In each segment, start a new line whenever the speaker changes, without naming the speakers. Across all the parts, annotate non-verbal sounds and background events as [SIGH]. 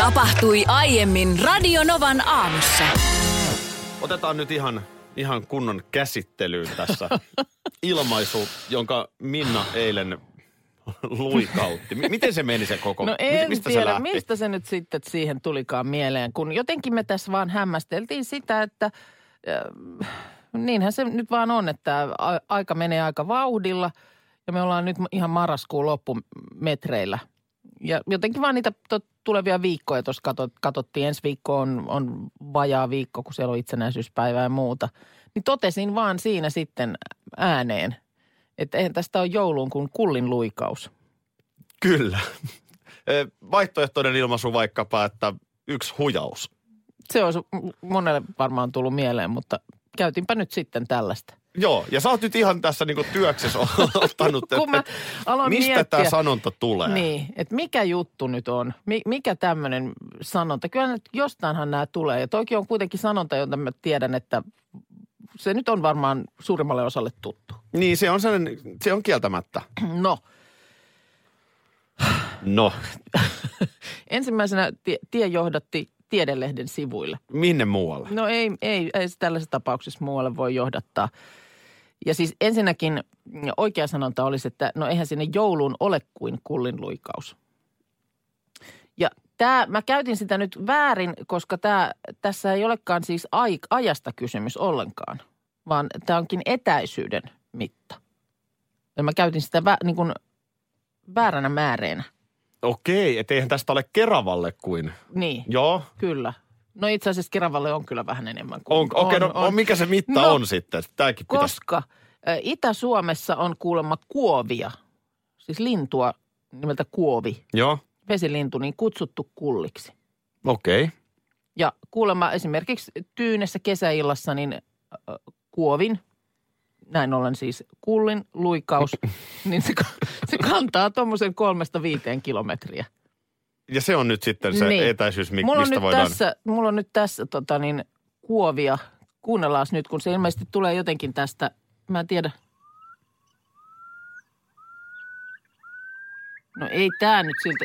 Tapahtui aiemmin Radionovan aamussa.
Otetaan nyt ihan, ihan kunnon käsittelyyn
[LAUGHS]
tässä ilmaisu, jonka Minna eilen luikautti. M- Miten se meni se koko?
No
Miten-
en
mistä se
tiedä,
lähti?
mistä se nyt sitten siihen tulikaan mieleen, kun jotenkin me tässä vaan hämmästeltiin sitä, että äh, niinhän se nyt vaan on, että a- aika menee aika vauhdilla ja me ollaan nyt ihan marraskuun loppumetreillä. Ja jotenkin vaan niitä to- tulevia viikkoja tuossa kato- katsottiin. Ensi viikko on, on vajaa viikko, kun siellä on itsenäisyyspäivää ja muuta. Niin totesin vaan siinä sitten ääneen, että eihän tästä ole jouluun kuin kullin luikaus.
Kyllä. [LAUGHS] Ö, Vaihtoehtoinen ilmaisu vaikkapa, että yksi hujaus.
se olisi monelle varmaan tullut mieleen, mutta käytinpä nyt sitten tällaista.
Joo, ja sä oot nyt ihan tässä niinku työksessä
[LAUGHS]
ottanut,
Kun mä
että
aloin
mistä
miettiä,
tämä sanonta tulee.
Niin, että mikä juttu nyt on, Mi- mikä tämmöinen sanonta. Kyllä nyt jostainhan nämä tulee ja toki on kuitenkin sanonta, jota mä tiedän, että se nyt on varmaan suurimmalle osalle tuttu. [CLEARS THROAT]
niin se, on sellainen, se on kieltämättä.
No,
No,
ensimmäisenä tie, tie johdatti tiedelehden sivuille.
minne muualle?
No ei, ei, ei se tällaisessa tapauksessa muualle voi johdattaa. Ja siis ensinnäkin oikea sanonta olisi, että no eihän sinne jouluun ole kuin kullin luikaus. Ja tämä, mä käytin sitä nyt väärin, koska tää, tässä ei olekaan siis ai, ajasta kysymys ollenkaan, vaan tämä onkin etäisyyden mitta. Ja mä käytin sitä vä, niin kuin vääränä määreenä.
Okei, et eihän tästä ole Keravalle kuin.
Niin,
Joo,
kyllä. No itse asiassa Keravalle on kyllä vähän enemmän kuin...
on, okei, no, on, mikä se mitta
No,
on sitten? Tämäkin pitäisi
Koska ö, Itä-Suomessa on kuulemma kuovia, siis lintua nimeltä kuovi,
Joo,
vesilintu, niin kutsuttu kulliksi.
okei. Okay.
Ja kuulemma esimerkiksi Tyynessä kesäillassa niin ö, kuovin, näin ollen siis kullin luikaus, niin se, se kantaa tuommoisen kolmesta viiteen kilometriä.
Ja se on nyt sitten se
Niin.
etäisyys, mi-
mulla on
mistä
nyt
voidaan...
Tässä, mulla on nyt tässä tota niin, kuovia. Kuunnellaan nyt, kun se ilmeisesti tulee jotenkin tästä. Mä en tiedä. No ei tää nyt siltä.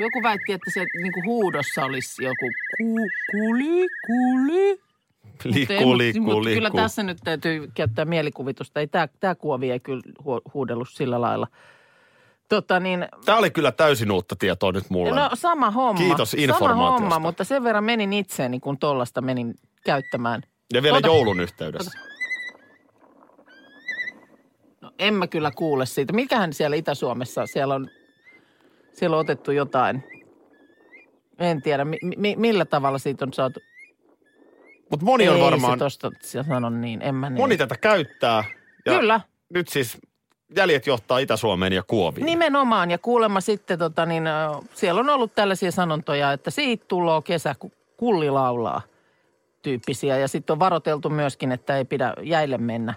Joku väitti, että se niinku huudossa olisi joku ku, kuli, kuli.
[LAUGHS] Liikkuu, liikkuu,
Mutta
liikkuu.
kyllä tässä nyt täytyy käyttää mielikuvitusta. Ei tää, tää kuovi ei kyllä huo- huudellut sillä lailla. Tota niin,
Tämä oli kyllä täysin uutta tietoa nyt mulle.
No sama homma.
Kiitos
Sama
informaatiosta.
homma, mutta sen verran menin itseeni, kun tollasta menin käyttämään.
ja vielä
ota-
joulun yhteydessä.
No en mä kyllä kuule siitä. Mikähän siellä Itä-Suomessa, siellä on, siellä on otettu jotain. En tiedä, mi, mi, millä tavalla siitä on saatu.
Mutta moni on
Ei
varmaan,
se tosta, se sanon niin, en mä niin.
moni tätä käyttää. Ja
Kyllä,
nyt siis jäljet johtaa Itä-Suomeen ja Kuoviin.
nimenomaan. Ja kuulemma sitten, tota, niin, ö, siellä on ollut tällaisia sanontoja, että siitä tulee kesä, kun kulli laulaa tyyppisiä. Ja sitten on varoteltu myöskin, että ei pidä jäille mennä,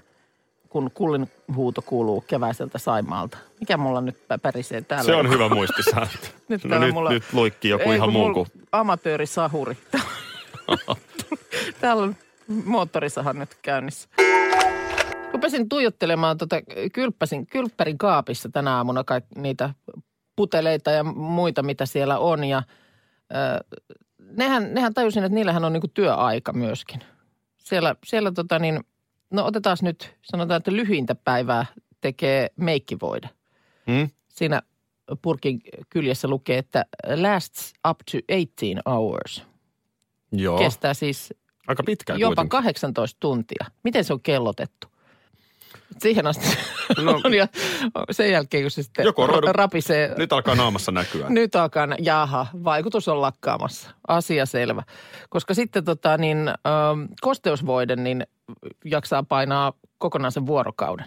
kun kullin huuto kuuluu keväiseltä Saimaalta. Mikä mulla nyt pä- pärisee täällä?
se on hyvä muistisääntö.
[LAUGHS] Nyt
no
täällä
nyt,
mulla-
nyt luikki joku
Ei,
ihan
kun
muu
mulla
kuin... [LAUGHS]
Amatöörisahuri. Täällä on moottorisahan nyt käynnissä. Rupesin tuijottelemaan tota kylppäsin, kylppärin kaapissa tänä aamuna kaik, niitä puteleita ja muita, mitä siellä on. Ja, ö, nehän, nehän tajusin, että niillähän on niinku työaika myöskin. Siellä, siellä tota niin, no otetaan nyt, sanotaan, että lyhyintä päivää tekee meikkivoide
Hmm?
siinä purkin kyljessä lukee, että lasts up to 18 hours.
Joo,
Oh. Kestää siis
aika pitkään
jopa
kuitenkin.
18 tuntia. Miten se on kellotettu? Siihen asti
No.
no. [LAUGHS] on ja sen jälkeen, kun se sitten
Joku on ruvennut-
rapisee. Nyt.
Nyt alkaa naamassa näkyä.
Nyt alkaa, nä- jaha, vaikutus on lakkaamassa. Asia selvä. Koska sitten tota, niin, ähm, kosteusvoide niin jaksaa painaa kokonaisen vuorokauden.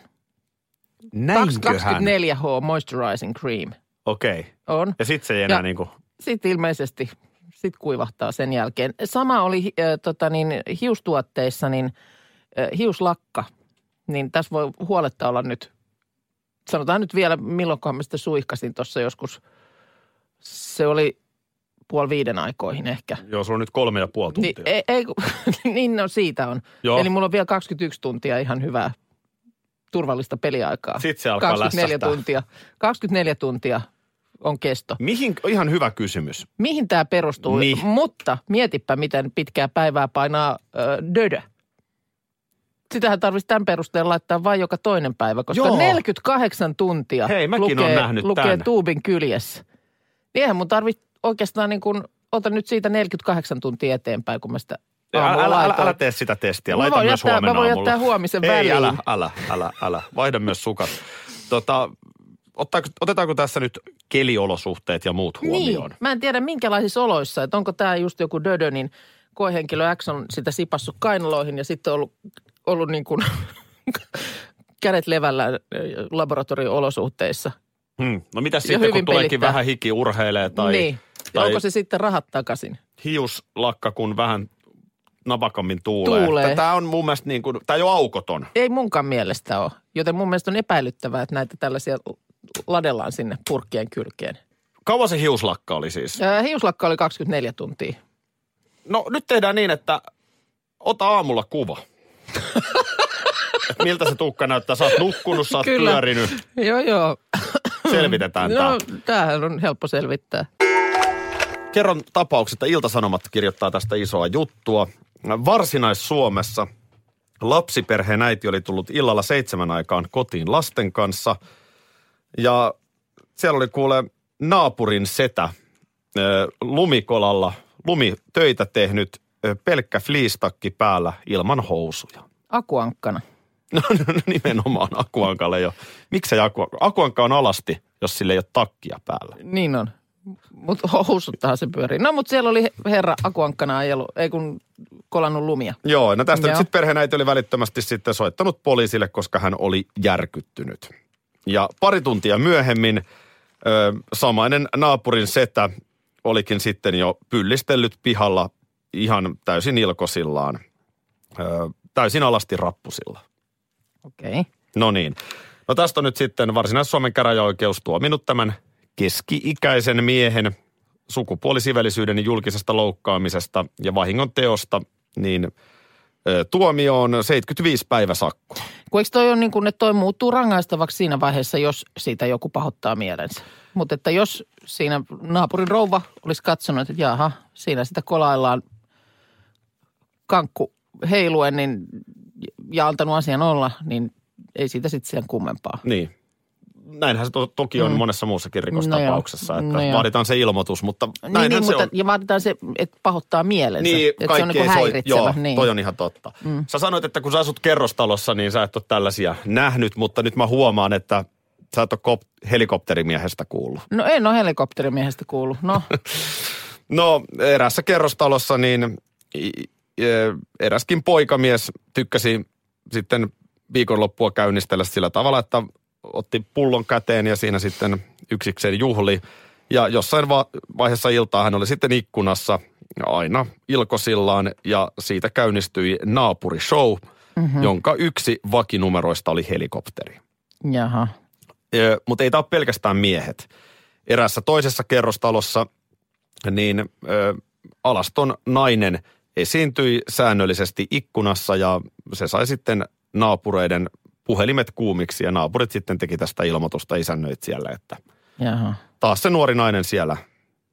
24H Moisturizing Cream
Okei.
on.
Ja sitten se ei enää
Ja-
niinku...
Sitten ilmeisesti sit kuivahtaa sen jälkeen. Sama oli äh, tota niin, hiustuotteissa, niin äh, hiuslakka. Niin tässä voi huoletta olla nyt, sanotaan nyt vielä milloinkohan mä sitä suihkasin tuossa joskus. Se oli puoli viiden aikoihin ehkä.
Joo, sulla on nyt kolme ja puoli
Niin,
tuntia.
ei, ei, kun- [LAUGHS] niin no siitä on.
Joo.
Eli mulla on vielä 21 tuntia ihan hyvää turvallista peliaikaa.
Sitten se alkaa
24
lässähtää.
tuntia. 24 tuntia on kesto.
Mihin, ihan hyvä kysymys.
Mihin tämä perustuu?
Niin.
Mutta mietipä, miten pitkää päivää painaa ö, dödö. Sitähän tarvitsisi tämän perusteella laittaa vain joka toinen päivä, koska
Joo.
Joo. 48 tuntia
Hei, mäkin
lukee,
oon nähnyt
lukee
tän.
tuubin kyljessä. Niin eihän mun tarvitse oikeastaan niin kuin, ota nyt siitä 48 tuntia eteenpäin, kun mä sitä
Älä,
aamulla
älä, älä,
laitoin.
älä tee sitä testiä.
Mä
Laita
voin
myös
jättää-
huomenna
mä voin
aamulla.
jättää huomisen
Ei,
väliin.
älä, älä, älä, älä. Vaihda myös sukat. Tota, ottaako, otetaanko tässä nyt keliolosuhteet ja muut huomioon?
Niin, mä en tiedä minkälaisissa oloissa, että onko tämä just joku Dödö, niin koehenkilö X on sitä sipassut kainaloihin ja sitten on ollut, ollut niin kuin [LAUGHS] kädet levällään laboratorioolosuhteissa.
Hmm. No mitä
Ja
sitten,
hyvin
kun tuleekin
pelittää.
vähän hiki urheilee tai,
niin. Ja
tai
onko se sitten rahat takaisin?
hiuslakka, kun vähän napakammin tuulee.
Tuulee.
Tämä on mun mielestä niin kuin, tämä ei ole aukoton.
Ei munkaan mielestä ole, joten mun mielestä on epäilyttävää, että näitä tällaisia ladellaan sinne purkkien kylkeen.
Kauan se hiuslakka oli siis?
Ää, Hiuslakka oli 24 tuntia.
No nyt tehdään niin, että ota aamulla kuva. Et Miltä se tukka näyttää? Sä oot nukkunut, sä oot
Kyllä.
pyörinyt.
Joo, joo.
Selvitetään tää.
No, tämähän on helppo selvittää.
Kerron tapauksesta. Iltasanomat kirjoittaa tästä isoa juttua. Varsinais-Suomessa lapsiperheen äiti oli tullut illalla seitsemän aikaan kotiin lasten kanssa. Ja siellä oli kuule naapurin setä ö, lumikolalla, lumitöitä tehnyt, ö, pelkkä fliistakki päällä ilman housuja.
Akuankkana.
[LAUGHS] No, no, no nimenomaan akuankalle jo. Miksei akua? akuankka on alasti, jos sillä ei ole takkia päällä.
Niin on. Mutta housuttahan se pyörii. No, mutta siellä oli herra akuankkana ajellut, ei kun kolannut lumia.
Joo, no tästä nyt
Joo.
sitten perheenäiti oli välittömästi sitten soittanut poliisille, koska hän oli järkyttynyt. Ja pari tuntia myöhemmin ö, samainen naapurin setä olikin sitten jo pyllistellyt pihalla ihan täysin ilkosillaan, ö, täysin alasti rappusilla.
Okei. Okay.
No niin. No tästä on nyt sitten Varsinais-Suomen käräjäoikeus tuominut tämän keski-ikäisen miehen sukupuolisivellisyyden julkisesta loukkaamisesta ja vahingon teosta, niin ö, tuomio on 75 päivä sakkoa.
Kun eikö toi on niin kuin, että toi muuttuu rangaistavaksi siinä vaiheessa, jos siitä joku pahoittaa mielensä. Mutta että jos siinä naapurin rouva olisi katsonut, että jaha, siinä sitä kolaillaan kankku heiluen niin, ja antanut asian olla, niin ei siitä sitten sen kummempaa.
Niin. Näinhän se to- toki on mm. monessa muussakin rikostapauksessa,
No
että
joo. No joo.
vaaditaan se ilmoitus, mutta näinhän
niin, niin,
se
mutta,
on.
Ja vaaditaan se, että pahoittaa mielensä.
Niin,
että se on
kaikki
niin
ei
kuin
soi.
häiritsevä.
Joo,
niin.
niin. toi on ihan totta. Mm. Sä sanoit, että kun sä asut kerrostalossa, niin sä et ole tällaisia nähnyt, mutta nyt mä huomaan, että sä et ole kop- helikopterimiehestä kuullut.
No en ole helikopterimiehestä kuullut.
[LAUGHS]
No,
No, erässä kerrostalossa niin i- i- eräskin poikamies tykkäsi sitten viikonloppua käynnistellä sillä tavalla, että otti pullon käteen ja siinä sitten yksikseen juhli. Ja jossain va- vaiheessa iltaa hän oli sitten ikkunassa aina ilkosillaan ja siitä käynnistyi naapurishow, mm-hmm. jonka yksi vakinumeroista oli helikopteri
jaha.
mutta ei tämä ole pelkästään miehet. Erässä toisessa kerrostalossa niin ö, alaston nainen esiintyi säännöllisesti ikkunassa ja se sai sitten naapureiden puhelimet kuumiksi ja naapurit sitten teki tästä ilmoitusta isännöitsijälle, että
Jaha.
taas se nuori nainen siellä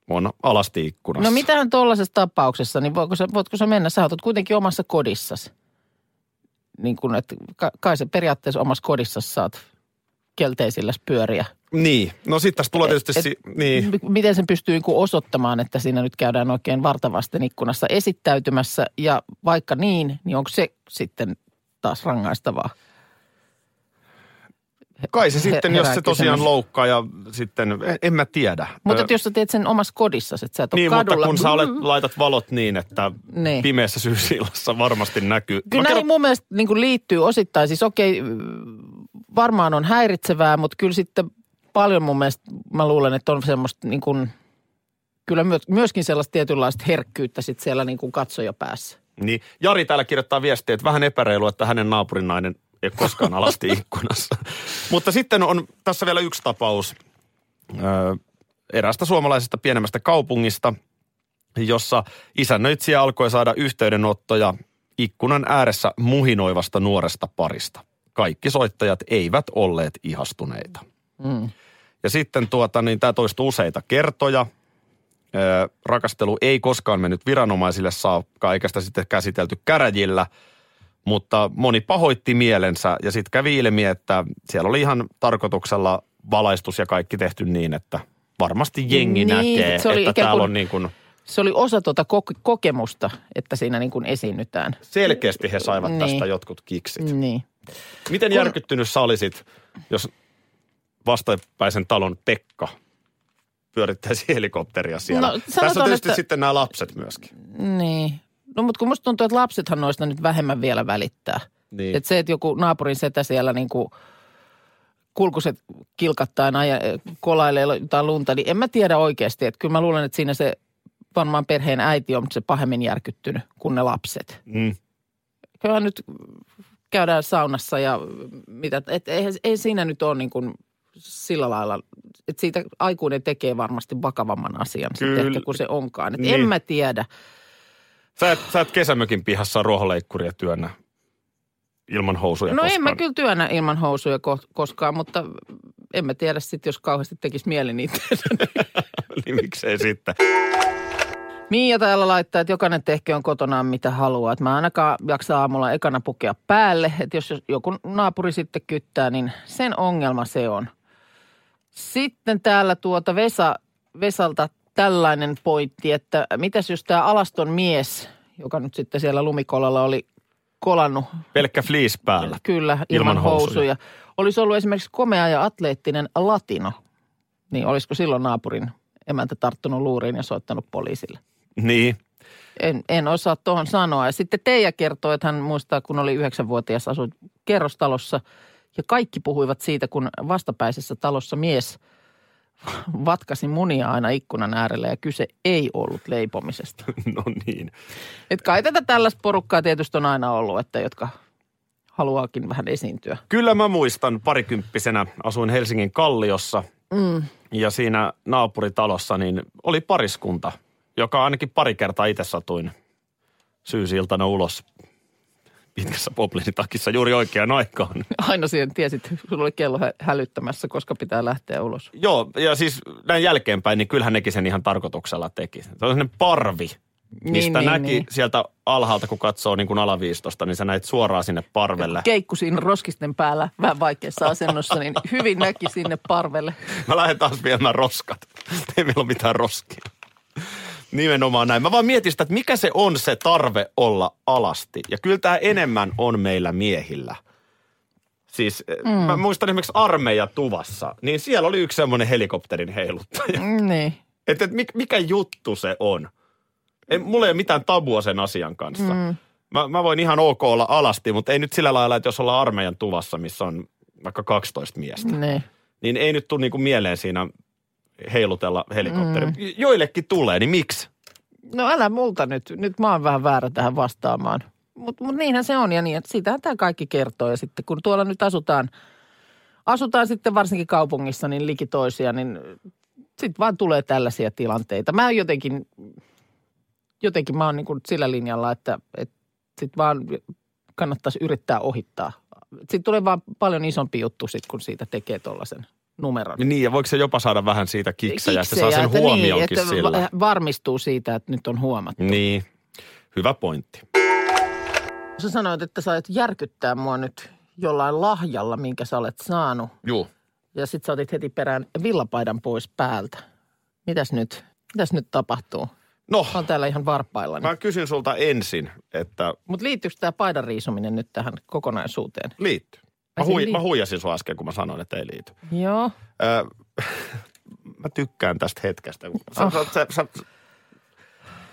on alasti ikkunassa.
No mitähän tuollaisessa tapauksessa, niin voiko sä, voitko sä mennä? Sä oot kuitenkin omassa kodissasi. Niin kun, että ka- kai se periaatteessa omassa kodissasi saat kelteisilläs pyöriä.
Niin, no sitten tässä tulee tietysti,
E- Et-
si- niin,
M- Miten sen pystyy niin kuin osoittamaan, että siinä nyt käydään oikein vartavasten ikkunassa esittäytymässä ja vaikka niin, niin onko se sitten taas rangaistavaa?
kai se
he-
sitten, jos se
herää
tosiaan
kysymys.
loukkaa ja sitten, en, en mä tiedä.
Mutta
Ö,
että jos sä teet sen omassa kodissasi, että sä et ole
Niin,
kadulla. Mm.
mutta kun sä olet, laitat valot niin, että niin.
Niin.
pimeässä syysilassa varmasti näkyy.
Kyllä
Mä
näihin
kerron-
mun mielestä niin kuin liittyy osittain. Siis okei, varmaan on häiritsevää, mutta kyllä sitten paljon mun mielestä, mä luulen, että on semmoista niin kuin kyllä myö- myöskin sellaista tietynlaista herkkyyttä sit siellä niin kuin katsojapäässä.
Niin Jari täällä kirjoittaa viestiä, että vähän epäreilua, että hänen naapurin nainen ei ole
[LAUGHS]
koskaan alasti ikkunassa. Mutta sitten on tässä vielä yksi tapaus ö, erästä suomalaisesta pienemmästä kaupungista, jossa isännöitsijä alkoi saada yhteydenottoja ikkunan ääressä muhinoivasta nuoresta parista. Kaikki soittajat eivät olleet ihastuneita.
Mm.
Ja sitten tuota, niin tämä toistuu useita kertoja. Ö, rakastelu ei koskaan mennyt viranomaisille saakka, eikä sitä sitten käsitelty käräjillä. Mutta moni pahoitti mielensä ja sitten kävi ilmi, että siellä oli ihan tarkoituksella valaistus ja kaikki tehty niin, että varmasti jengi
Niin,
näkee,
se oli
että
ikään
täällä
kuin-
on niin kuin
Se oli osa tuota ko- kokemusta, että siinä niin kuin esiinnytään.
selkeästi he saivat
Niin.
tästä jotkut kiksit.
Niin.
Miten
Kun-
järkyttynyt sä olisit, jos vastapäisen talon Pekka pyörittäisi helikopteria siellä?
No,
No,
sanotaan,
Tässä on tietysti
että-
sitten nämä lapset myöskin.
Niin. No mutta kun musta tuntuu, että lapsethan noista nyt vähemmän vielä välittää.
Niin.
Että se, että joku naapurin setä siellä niin kuin kulkuset kilkattain aja, kolailee jotain lunta, niin en mä tiedä oikeasti. Että kyllä mä luulen, että siinä se varmaan perheen äiti on se pahemmin järkyttynyt kuin ne lapset.
Mm.
Kyllä nyt käydään saunassa ja mitä, et ei, ei siinä nyt ole niin kuin sillä lailla, että siitä aikuinen tekee varmasti vakavamman asian sitten
Kyllä.
ehkä kuin se onkaan. Et En
Niin.
mä tiedä.
Sä, et, sä et kesämökin pihassa ruohonleikkuria työnnä ilman housuja
No en
koskaan.
mä
[LAUGHS]
kyllä työnnä ilman housuja ko- koskaan, mutta en mä tiedä sitten, jos kauheasti tekisi mieli niitä. [LAUGHS]
niin miksei sitten.
Miia täällä laittaa, että jokainen tehkö on kotonaan mitä haluaa. Että mä ainakaan jaksa aamulla ekana pukea päälle. Että jos joku naapuri sitten kyttää, niin sen ongelma se on. Sitten täällä tuota Vesa, Vesalta tällainen pointti, että mitäs jos tämä alaston mies, joka nyt sitten siellä lumikollalla oli kolannut
Pelkkä fleece päällä.
Kyllä, ilman,
Niin. Ilman housuja.
housuja. housuja. Olisi ollut esimerkiksi komea ja atleettinen latino. Niin olisiko silloin naapurin emäntä tarttunut luuriin ja soittanut poliisille?
Niin. [LAUGHS]
En, en osaa tuohon sanoa. Ja sitten Teija kertoi, että hän muistaa, kun oli yhdeksänvuotias, asui kerrostalossa. Ja kaikki puhuivat siitä, kun vastapäisessä talossa mies [LAUGHS] vatkasi munia aina ikkunan äärellä ja kyse ei ollut leipomisesta.
No niin.
Et kai tätä tällaista porukkaa tietysti on aina ollut, että jotka haluaakin vähän esiintyä.
Kyllä mä muistan parikymppisenä asuin Helsingin Kalliossa
Mm.
ja siinä naapuritalossa niin oli pariskunta, joka ainakin pari kertaa itse satuin syysiltana ulos pitkässä poplinitakissa juuri oikeaan
[LAUGHS]
aikaan.
Aina siihen tiesit, sulla oli kello hä- hälyttämässä, koska pitää lähteä ulos.
Joo, ja siis näin jälkeenpäin, niin kyllähän nekin sen ihan tarkoituksella teki. Se on sellainen parvi, mistä
niin,
näki
niin.
sieltä alhaalta, kun katsoo niin kuin alaviistosta, niin sä näit suoraan sinne parvelle.
Keikku siinä roskisten päällä, vähän vaikeassa asennossa, niin hyvin näki sinne parvelle.
Mä lähden taas viemään roskat. [LAUGHS] Ei meillä ole mitään roskia. Nimenomaan näin. Mä vaan mietin sitä, että mikä se on se tarve olla alasti. Ja kyllä tämä enemmän on meillä miehillä. Siis mm. mä muistan esimerkiksi armeijatuvassa, niin siellä oli yksi semmoinen helikopterin heiluttaja.
Mm, Niin.
Että et, mik- mikä juttu se on? Ei, mulla ei ole mitään tabua sen asian kanssa. Mm. Mä, mä voin ihan ok olla alasti, mutta ei nyt sillä lailla, että jos ollaan armeijan tuvassa, missä on vaikka 12 miestä, mm.
niin.
niin ei nyt tule niinku mieleen siinä heilutella helikopteri. Mm. Joillekin tulee, niin miksi?
No älä multa nyt, nyt mä oon vähän väärä tähän vastaamaan. Mutta mut niinhän se on ja niin, että siitähän tämä kaikki kertoo. Ja sitten kun tuolla nyt asutaan, asutaan sitten varsinkin kaupungissa niin liki toisia, niin sitten vaan tulee tällaisia tilanteita. Mä jotenkin, jotenkin mä oon niin kuin sillä linjalla, että, että sitten vaan kannattaisi yrittää ohittaa. Sitten tulee vaan paljon isompi juttu sit, kun siitä tekee tuollaisen numeron.
Niin, ja voiko se jopa saada vähän siitä Niin, kiksejä, että se saa
Kiksejä,
sen
että
huomionkin
niin,
sillä?
va- varmistuu siitä, että nyt on huomattu.
Niin, hyvä pointti.
Sä sanoit, että sä aiot järkyttää mua nyt jollain lahjalla, minkä sä olet saanut.
Juu.
Ja sit sä otit heti perään villapaidan pois päältä. Mitäs nyt? Mitäs nyt tapahtuu?
No,
Mä oon täällä ihan varpaillani.
mä kysyn sulta ensin, että
Mutta liittyykö tämä paidan riisuminen nyt tähän kokonaisuuteen?
liittyy. Mä,
Ai se
hui,
liittyy.
mä huijasin sua äsken, kun mä sanoin, että ei liity.
Joo.
Ö, [LAUGHS] mä tykkään tästä hetkestä. Sä, oh. sä, sä, sä,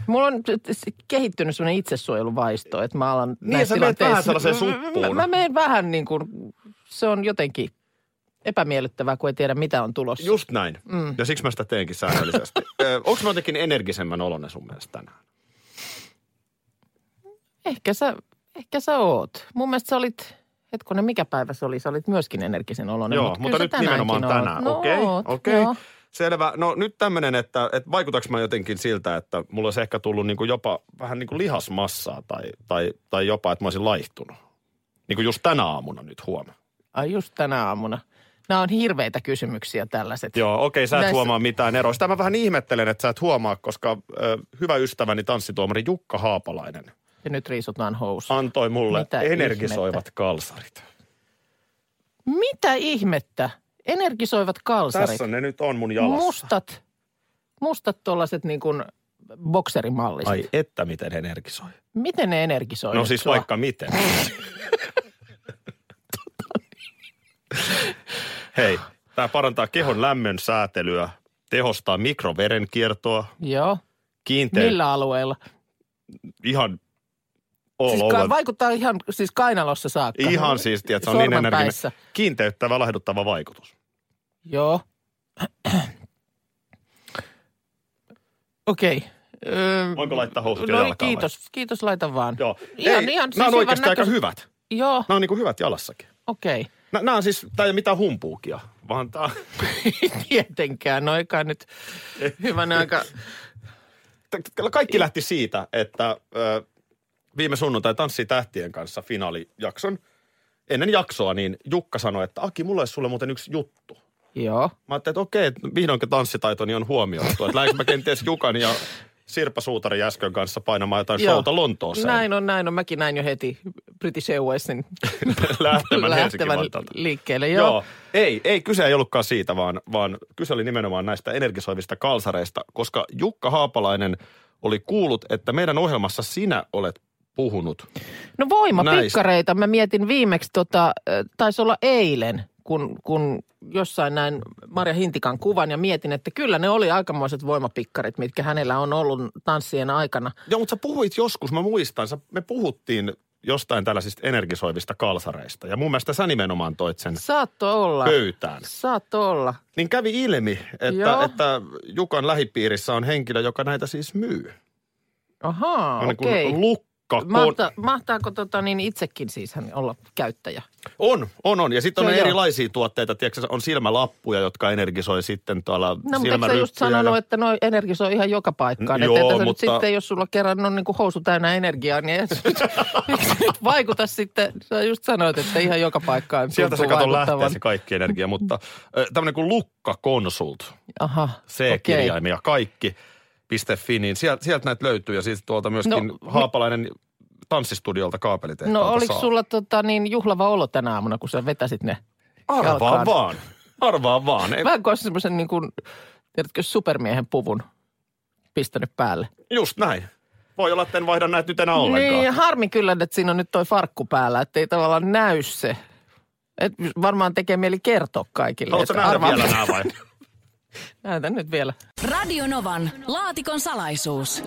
Mulla on t- t- kehittynyt sellainen itsesuojeluvaisto, että mä alan
Niin,
näissä
sä menet vähän
tilanteissa-
sellaiseen suppuun.
Mä, mä menen vähän niin kuin, se on jotenkin epämiellyttävää, kun ei tiedä mitä on tulossa.
Just näin.
Mm.
Mm. Ja siksi mä sitä teenkin säännöllisesti. Onko mä jotenkin energisemmän olonen sun mielestä tänään?
Ehkä sä, ehkä sä oot. Mun mielestä sä olit, hetkonen, mikä päivä se oli? Sä olit myöskin energisen oloinen.
Joo, mutta nyt nimenomaan tänään.
No
Okei, okei. Selvä. No nyt tämmöinen, että, että vaikutaks mä jotenkin siltä, että mulla olisi ehkä tullut niinku jopa vähän niinku lihasmassaa tai, tai, tai jopa, että mä olisin laihtunut. Niin kuin just tänä aamuna nyt huomaa.
Ai just tänä aamuna. Nämä on hirveitä kysymyksiä tällaiset.
Joo, okei, sä et
Näissä-
huomaa mitään eroa. Sitä mä vähän ihmettelen, että sä et huomaa, koska ö, hyvä ystäväni tanssituomari Jukka Haapalainen
Ja nyt riisutaan housu.
antoi mulle
Mitä
energisoivat
ihmettä?
kalsarit.
Mitä ihmettä? Energisoivat kalsarit.
Tässä ne nyt on mun jalassa.
Mustat, mustat tuollaiset niin kuin bokserimalliset.
Ai että miten energisoi.
Miten ne energisoivat
No siis
sua?
vaikka
[LAUGHS]
miten. Hei, tämä parantaa kehon lämmön säätelyä, tehostaa mikroverenkiertoa,
Joo.
kiinteä,
Millä alueella?
ihan all
Siis
over.
ka- vaikuttaa ihan siis kainalossa saakka.
Ihan siis, tiedät, se on niin
Sormen
energinen.
päissä.
Kiinteyttävä, laihduttava vaikutus.
Joo. Okei. Öö,
Voinko laittaa housut jo
no,
jalkaan
kiitos, kiitos, laita vaan.
Joo.
Ihan, ihan
nämä on
hyvän
oikeasti aika
näköis-
hyvät.
Joo,
Nämä on niin kuin hyvät jalassakin.
okei. [LAUGHS] Okay.
Nä- Nämä on siis, tämä ei ole mitään humpuukia, vaan tämä,
Tietenkään, no eikä nyt hyvän aika.
kaikki lähti siitä, että ö, viime sunnuntai Tanssi tähtien kanssa finaalijakson, ennen jaksoa, niin Jukka sanoi, että Aki, mulla olisi sulle muuten yksi juttu.
Joo.
Mä ajattelin, että okei, että vihdoinkin tanssitaitoni on huomioitu. Että lähdekö mä kenties Jukan ja Sirpa Suutari äsken kanssa painamaan jotain
Joo.
showta Lontooseen.
Näin on, näin on. Mäkin näin jo heti
[LAUGHS]
British Airwaysin
Lähtemään Helsinki
lähtevän
Vantaalta.
liikkeelle. Joo.
Joo. Joo. Ei, ei, kyse ei ollutkaan siitä, vaan, vaan kyse oli nimenomaan näistä energisoivista kalsareista, koska Jukka Haapalainen oli kuullut, että meidän ohjelmassa sinä olet puhunut.
No voimapikkareita.
Näistä.
Mä mietin viimeksi, tota, ö, taisi olla eilen, kun, kun jossain näin Marja Hintikan kuvan ja mietin, että kyllä ne oli aikamoiset voimapikkarit, mitkä hänellä on ollut tanssien aikana.
Joo, mutta sä puhuit joskus, mä muistan, sä, me puhuttiin jostain tällaisista energisoivista kalsareista. Ja mun mielestä sä nimenomaan toit sen
Saatto olla.
pöytään.
Saatto olla.
Niin kävi ilmi,
Joo.
että, että Jukan lähipiirissä on henkilö, joka näitä siis myy.
Ahaa,
On
okei.
niin kuin lukka.
Mahta, mahtaako tota, niin itsekin siis hän olla käyttäjä?
On, on, on. Ja sitten
Se
on
joo.
erilaisia tuotteita, tiedätkö, sä, on silmälappuja, jotka energisoi sitten tuolla
No, mutta eikö sä just sanonut, että noi energisoi ihan joka paikkaan?
N-
Joo,
Mm, joo,
että mutta... nyt
mutta-
sitten, jos sulla kerran on niin kuin housu täynnä energiaa, niin et,
[LAUGHS]
eikö se nyt vaikuta sitten? Sä just sanoit, että ihan joka paikkaan
Sieltä se
tuntuu
katon lähtee
vaikuttavan.
se kaikki energia, mutta ö, tämmöinen kuin Lukka Consult,
Aha, okei.
C-kirjaimia, kaikki, piste fi, niin sieltä, sieltä näitä löytyy ja siis tuolta myöskin
No, mi-
no, Haapalainen tanssistudiolta kaapelitehtaalta
No oliko
saa.
sulla tota, niin juhlava olo tänä aamuna, kun sä vetäsit ne?
Arvaa
jalkaan?
vaan, arvaa vaan. Ei,
Vähän kuin semmoisen niin kuin, tiedätkö, supermiehen puvun pistänyt päälle.
just näin. Voi olla, että en vaihda näitä nyt enää ollenkaan.
Niin, harmi kyllä, että siinä on nyt toi farkku päällä, että ei tavallaan näy se. Et varmaan tekee mieli kertoa kaikille.
Haluatko
että
nähdä
arvaa-
vielä nämä vai? [LAUGHS]
Näytän nyt vielä.
Radionovan laatikon salaisuus.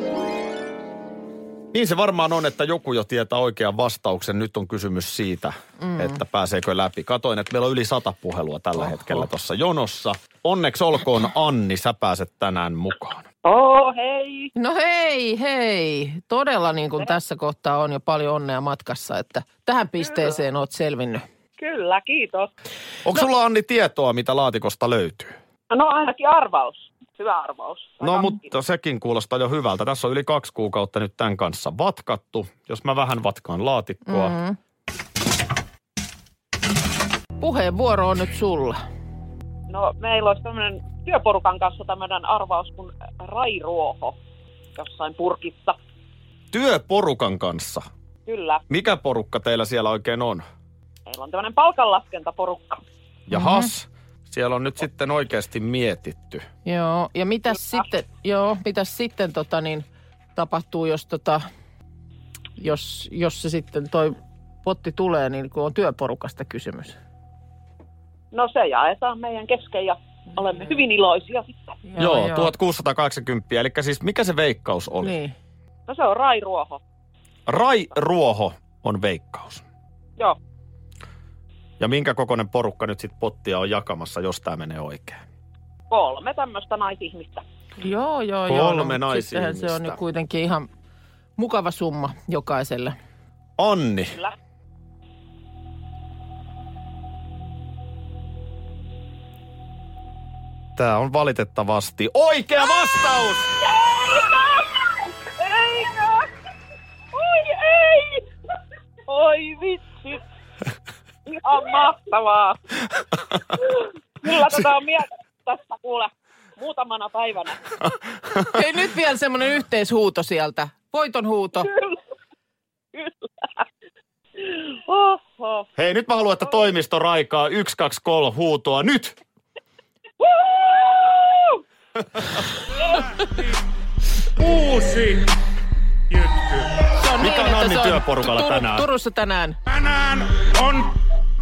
Niin se varmaan on, että joku jo tietää oikean vastauksen. Nyt on kysymys siitä, mm. että pääseekö läpi. Katoin, että meillä on yli sata puhelua tällä Oho. hetkellä tuossa jonossa. Onneksi olkoon Anni, sä pääset tänään mukaan.
Oo, hei!
No hei, hei. Todella niin kuin tässä kohtaa on jo paljon onnea matkassa, että tähän pisteeseen oot selvinnyt.
Kyllä, kiitos.
Onko
No-
sulla Anni tietoa, mitä laatikosta löytyy?
No ainakin arvaus. Hyvä arvaus. Tai
No
kaksi.
mutta sekin kuulostaa jo hyvältä. Tässä on yli kaksi kuukautta nyt tämän kanssa vatkattu. Jos mä vähän vatkaan laatikkoa. Mm.
Puheenvuoro on nyt sulla.
No meillä olisi tämmöinen työporukan kanssa tämmöinen arvaus kuin rairuoho jossain purkissa.
Työporukan kanssa.
Kyllä,
Mikä porukka teillä siellä oikein on?
meillä on tämmöinen palkanlaskentaporukka.
Jahas, mm-hmm. siellä on nyt sitten oikeasti mietitty.
Joo, ja mitäs sitten, joo, mitäs sitten tota niin, tapahtuu, jos, tota, jos, jos se sitten toi potti tulee, niin kun on työporukasta kysymys?
No se jaetaan meidän kesken ja olemme hyvin iloisia sitten.
Joo, joo, 1680, eli siis mikä se veikkaus oli? Niin.
Niin.
No se on rairuoho.
Rai Ruoho on veikkaus.
Joo,
Ja minkä kokoinen porukka nyt sitten pottia on jakamassa, jos tämä menee oikein?
Kolme tämmöistä naisihmistä.
Joo, joo, joo. No,
Kolme
mut
naisihmistä.
sittenhän se on nyt kuitenkin ihan mukava summa jokaiselle.
Onni,
Kyllä.
tämä on valitettavasti oikea vastaus!
Eikö? Oi ei! Oi vitsi. Ihan mahtavaa. Kyllä tätä on mieltä tästä kuule muutamana päivänä.
Hei, nyt vielä semmoinen yhteishuuto sieltä. Voiton huuto.
Oho.
Hei, nyt mä haluan, että toimisto raikaa 123 huutoa nyt!
Woo!
Uusi jytky.
Se on
Mikä on
että se
Annin työporukalla
Turu-
tänään?
Turussa tänään.
Tänään on